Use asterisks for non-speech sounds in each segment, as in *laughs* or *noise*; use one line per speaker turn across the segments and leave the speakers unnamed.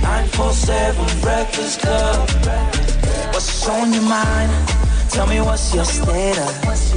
947 Breakfast Club. What's on your mind? Tell me what's your status.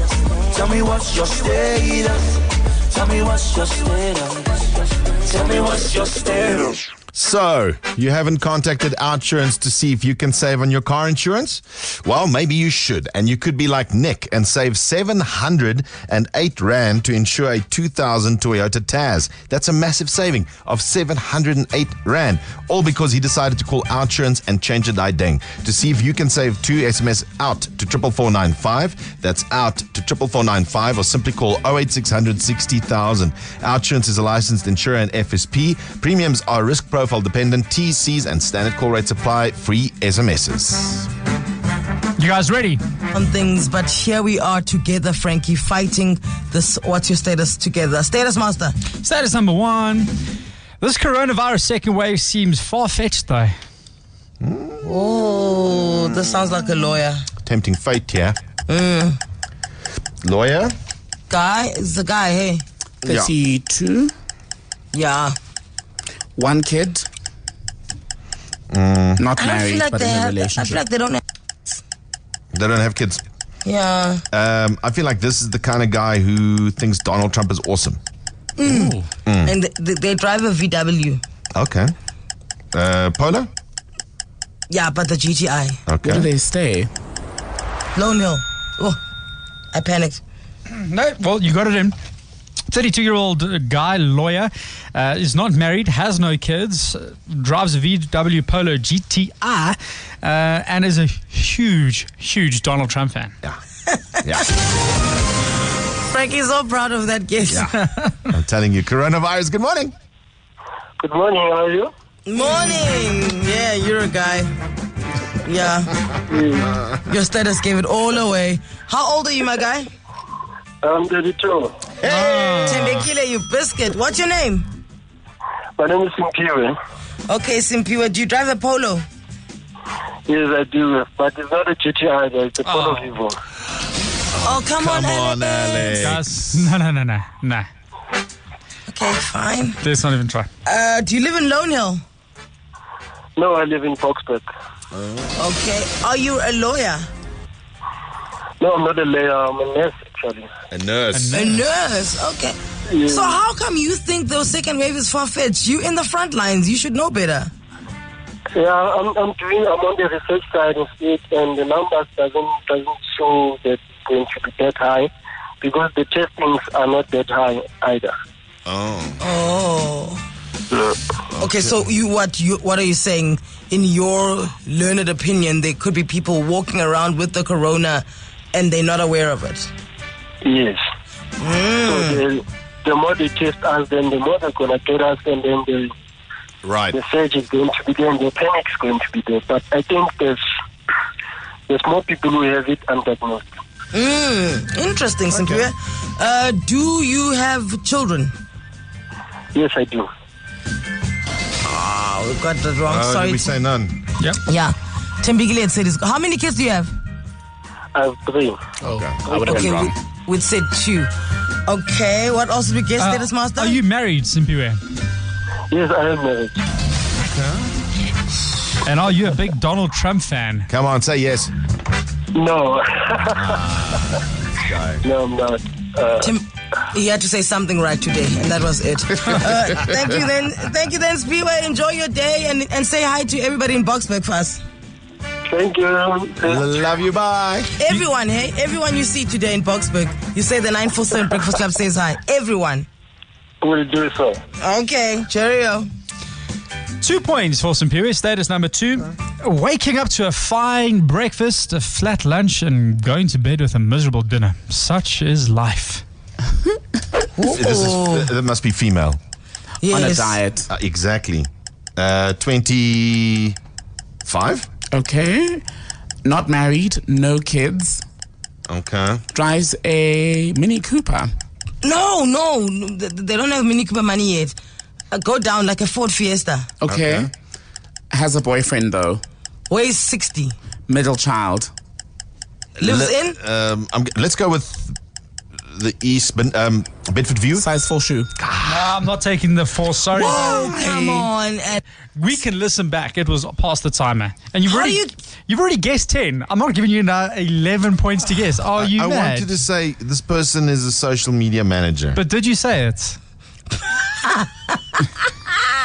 Tell me what's your status. Tell me what's your status. Tell me what's your status.
So, you haven't contacted Outurance to see if you can save on your car insurance? Well, maybe you should, and you could be like Nick and save 708 Rand to insure a 2000 Toyota Taz. That's a massive saving of 708 Rand, all because he decided to call Outurance and change a die ding. To see if you can save two SMS out to 44495, that's out to 44495, or simply call 08600 60000. Outurance is a licensed insurer and FSP. Premiums are risk profile dependent, TCs and standard call rates apply, free SMSs.
You guys ready?
on things, but here we are together, Frankie, fighting this what's your status together. Status master.
Status number one. This coronavirus second wave seems far fetched, though.
Oh, this sounds like a lawyer.
Tempting fate here. Lawyer?
Guy is the guy, hey.
Yeah.
See two,
Yeah.
one kid. Not
I don't
married,
feel like
but
they
in a
have I
relationship.
feel like they don't have,
They don't have kids.
Yeah.
Um, I feel like this is the kind of guy who thinks Donald Trump is awesome.
And they, they drive a VW.
Okay. Uh, Polo?
Yeah, but the GTI.
Okay.
Where do they stay?
Lone Hill. Oh, I panicked.
No, well, you got it in. 32 year old guy, lawyer, uh, is not married, has no kids, uh, drives a VW Polo GTI, uh, and is a huge, huge Donald Trump fan.
Yeah. Yeah.
Frankie's so proud of that guess.
I'm telling you, coronavirus. Good morning.
Good morning, how are you?
Morning. Yeah, you're a guy. Yeah. Your status gave it all away. How old are you, my guy?
I'm 32.
Tembekile, you biscuit. What's your name?
My name is Simpiwe.
Okay, Simpiwe, do you drive a polo?
Yes, I do, but it's not a GTI, it's a Polo
Ah.
Vivo.
Oh, come, on, Alex.
Guys, no, no, no, no, no.
Okay, fine.
Let's not even try.
Uh, do you live in Lone Hill?
No, I live in Foxburg.
Okay. Are you a lawyer?
No, I'm not a lawyer, I'm a nurse, actually.
A nurse.
A nurse? Okay. So how come you think the second wave is far-fetched? You in the front lines. You should know better.
Yeah, I'm, I'm doing, I'm on the research side of it, and the numbers doesn't, doesn't show that it's going to be that high, because the testings are not that high either.
Oh.
Oh. Okay, so you what you what are you saying? In your learned opinion, there could be people walking around with the corona and they're not aware of it. Hmm.
Yes.
Hmm.
So the, the more they test us, then the more they're going to get us, and then they
Right.
the surge is going to be there and the panic is going to be there. But I think there's there's more people who have it undiagnosed.
Mm, interesting, Cynthia. Uh, do you have children?
Yes, I do.
Oh, we got that wrong.
Oh, did
Sorry.
we say none.
yeah. Tembigile had said his. How many kids do you have?
I have three.
Oh, I would have
okay,
been wrong.
we, we said two. Okay, what else did we guess,
Uh,
status master?
Are you married, Simpiwe?
Yes, I am married.
And are you a big Donald Trump fan?
Come on, say yes.
*laughs* No,
Go.
no, I'm not.
Tim- he had to say something right today, and that was it. uh, thank you then, thank you then, Speedway. Enjoy your day, and and say hi to everybody in Boxburg for us.
Thank you.
Love you. Bye.
Everyone, hey, everyone you see today in Boxburg, you say the 947 Breakfast Club says hi. Everyone.
We'll do so.
Okay, cheerio.
Two points for St. Pierre. Status number two. Waking up to a fine breakfast, a flat lunch, and going to bed with a miserable dinner. Such is life.
This is, that must be female.
Yes.
On a diet.
Uh, exactly. Uh, 24. Five?
Okay. Not married, no kids.
Okay.
Drives a Mini Cooper.
No, no, Oh, no, th- th- they don't have Mini Cooper money yet. Uh, go down like a Ford Fiesta.
Okay. Has a boyfriend though.
Weighs 60.
Middle child.
Lives
Le-
in?
Um, I'm, g- let's go with the East Ben- um, Bedford View.
Size full shoe.
Ah, I'm not taking the four. Sorry.
Oh, come on. And
We can listen back. It was past the timer, and you've
How
already
do you-
have already guessed ten. I'm not giving you now eleven points to guess. Are you
I
mad?
wanted to say this person is a social media manager.
But did you say it?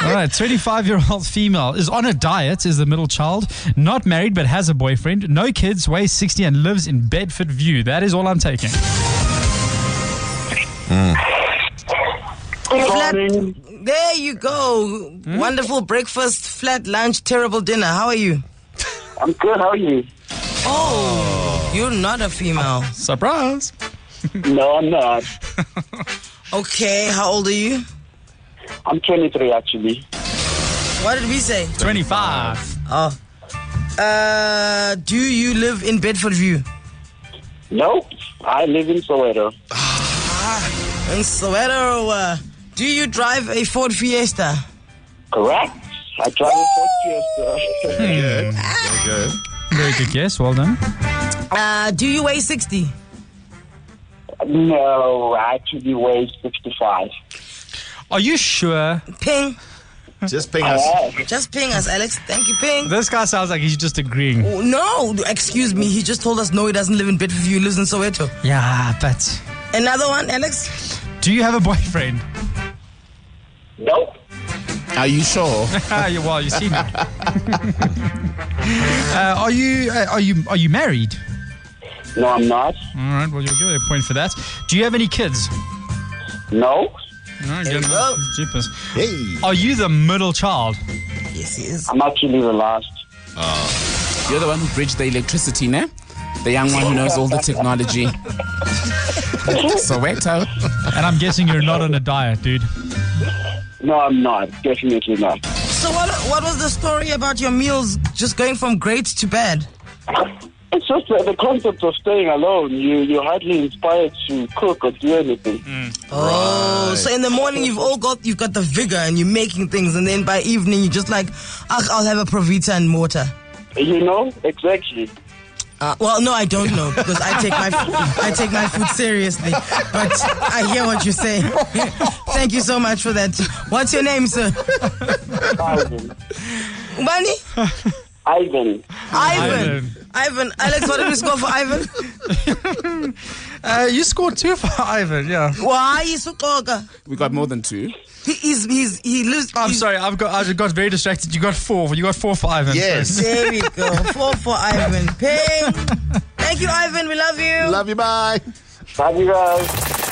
All right, 25 year old female is on a diet, is the middle child, not married but has a boyfriend, no kids, weighs 60 and lives in Bedford View. That is all I'm taking.
flat- there you go. Wonderful breakfast, flat lunch, terrible dinner. How are you?
I'm good. How are you?
Oh, you're not a female.
Surprise!
No, I'm not.
Okay, how old are you?
I'm 23 actually.
What did we say?
25.
Oh. Uh, do you live in Bedford View?
No, I live in Soweto.
In Soweto, uh, do you drive a Ford Fiesta?
Correct. I drive a Ford Fiesta.
Good. Very good.
Very good guess, well done.
Uh, do you weigh 60?
*laughs* no, I actually weigh 65.
Are you sure?
Ping.
Just ping us.
Yes.
Just ping us, Alex. Thank you, ping.
This guy sounds like he's just agreeing.
No, excuse me. He just told us no, he doesn't live in Bedford View, he lives in Soweto.
Yeah, but.
Another one, Alex?
Do you have a boyfriend? *laughs*
Nope.
Are you sure?
Ah, you- well, you see. now. uh, are you uh, are you are you married?
No, I'm not.
All right, well, you'll get a point for that. Do you have any kids?
No,
No, you don't.
go.
Jeepers.
Hey.
Are you the middle child?
Yes, he is.
I'm actually the last.
You're the one who bridged the electricity, ne? The young one who knows all the *laughs* technology. Soweto.
And I'm guessing you're not on a diet, dude.
No, I'm not. Definitely not.
So, what, what was the story about your meals just going from great to bad?
It's just the, the concept of staying alone. You, you're hardly inspired to cook or do anything.
Oh, so in the morning you've all got you've got the vigor and you're making things, and then by evening you're just like, "Ugh, I'll have a Provita and mortar.
You know? Exactly.
Uh, well, no, I don't know because I take *laughs* my I take my food seriously, but I hear what you're saying. *laughs* Thank you so much for that. What's your name, sir?
Ivan.
Bunny?
Ivan.
Ivan. Ivan. Alex, what did we score for Ivan?
Uh, you scored two for *laughs* Ivan, yeah.
Why is Sukoka?
We got more than two.
He is he's he lives.
I'm
he's-
sorry, I've got I got very distracted. You got four. You got four for Ivan.
*laughs*
Yes.
There we go. Four for Ivan. *laughs* Ping. Thank you, Ivan. We love you.
Love you. Bye.
Love you guys.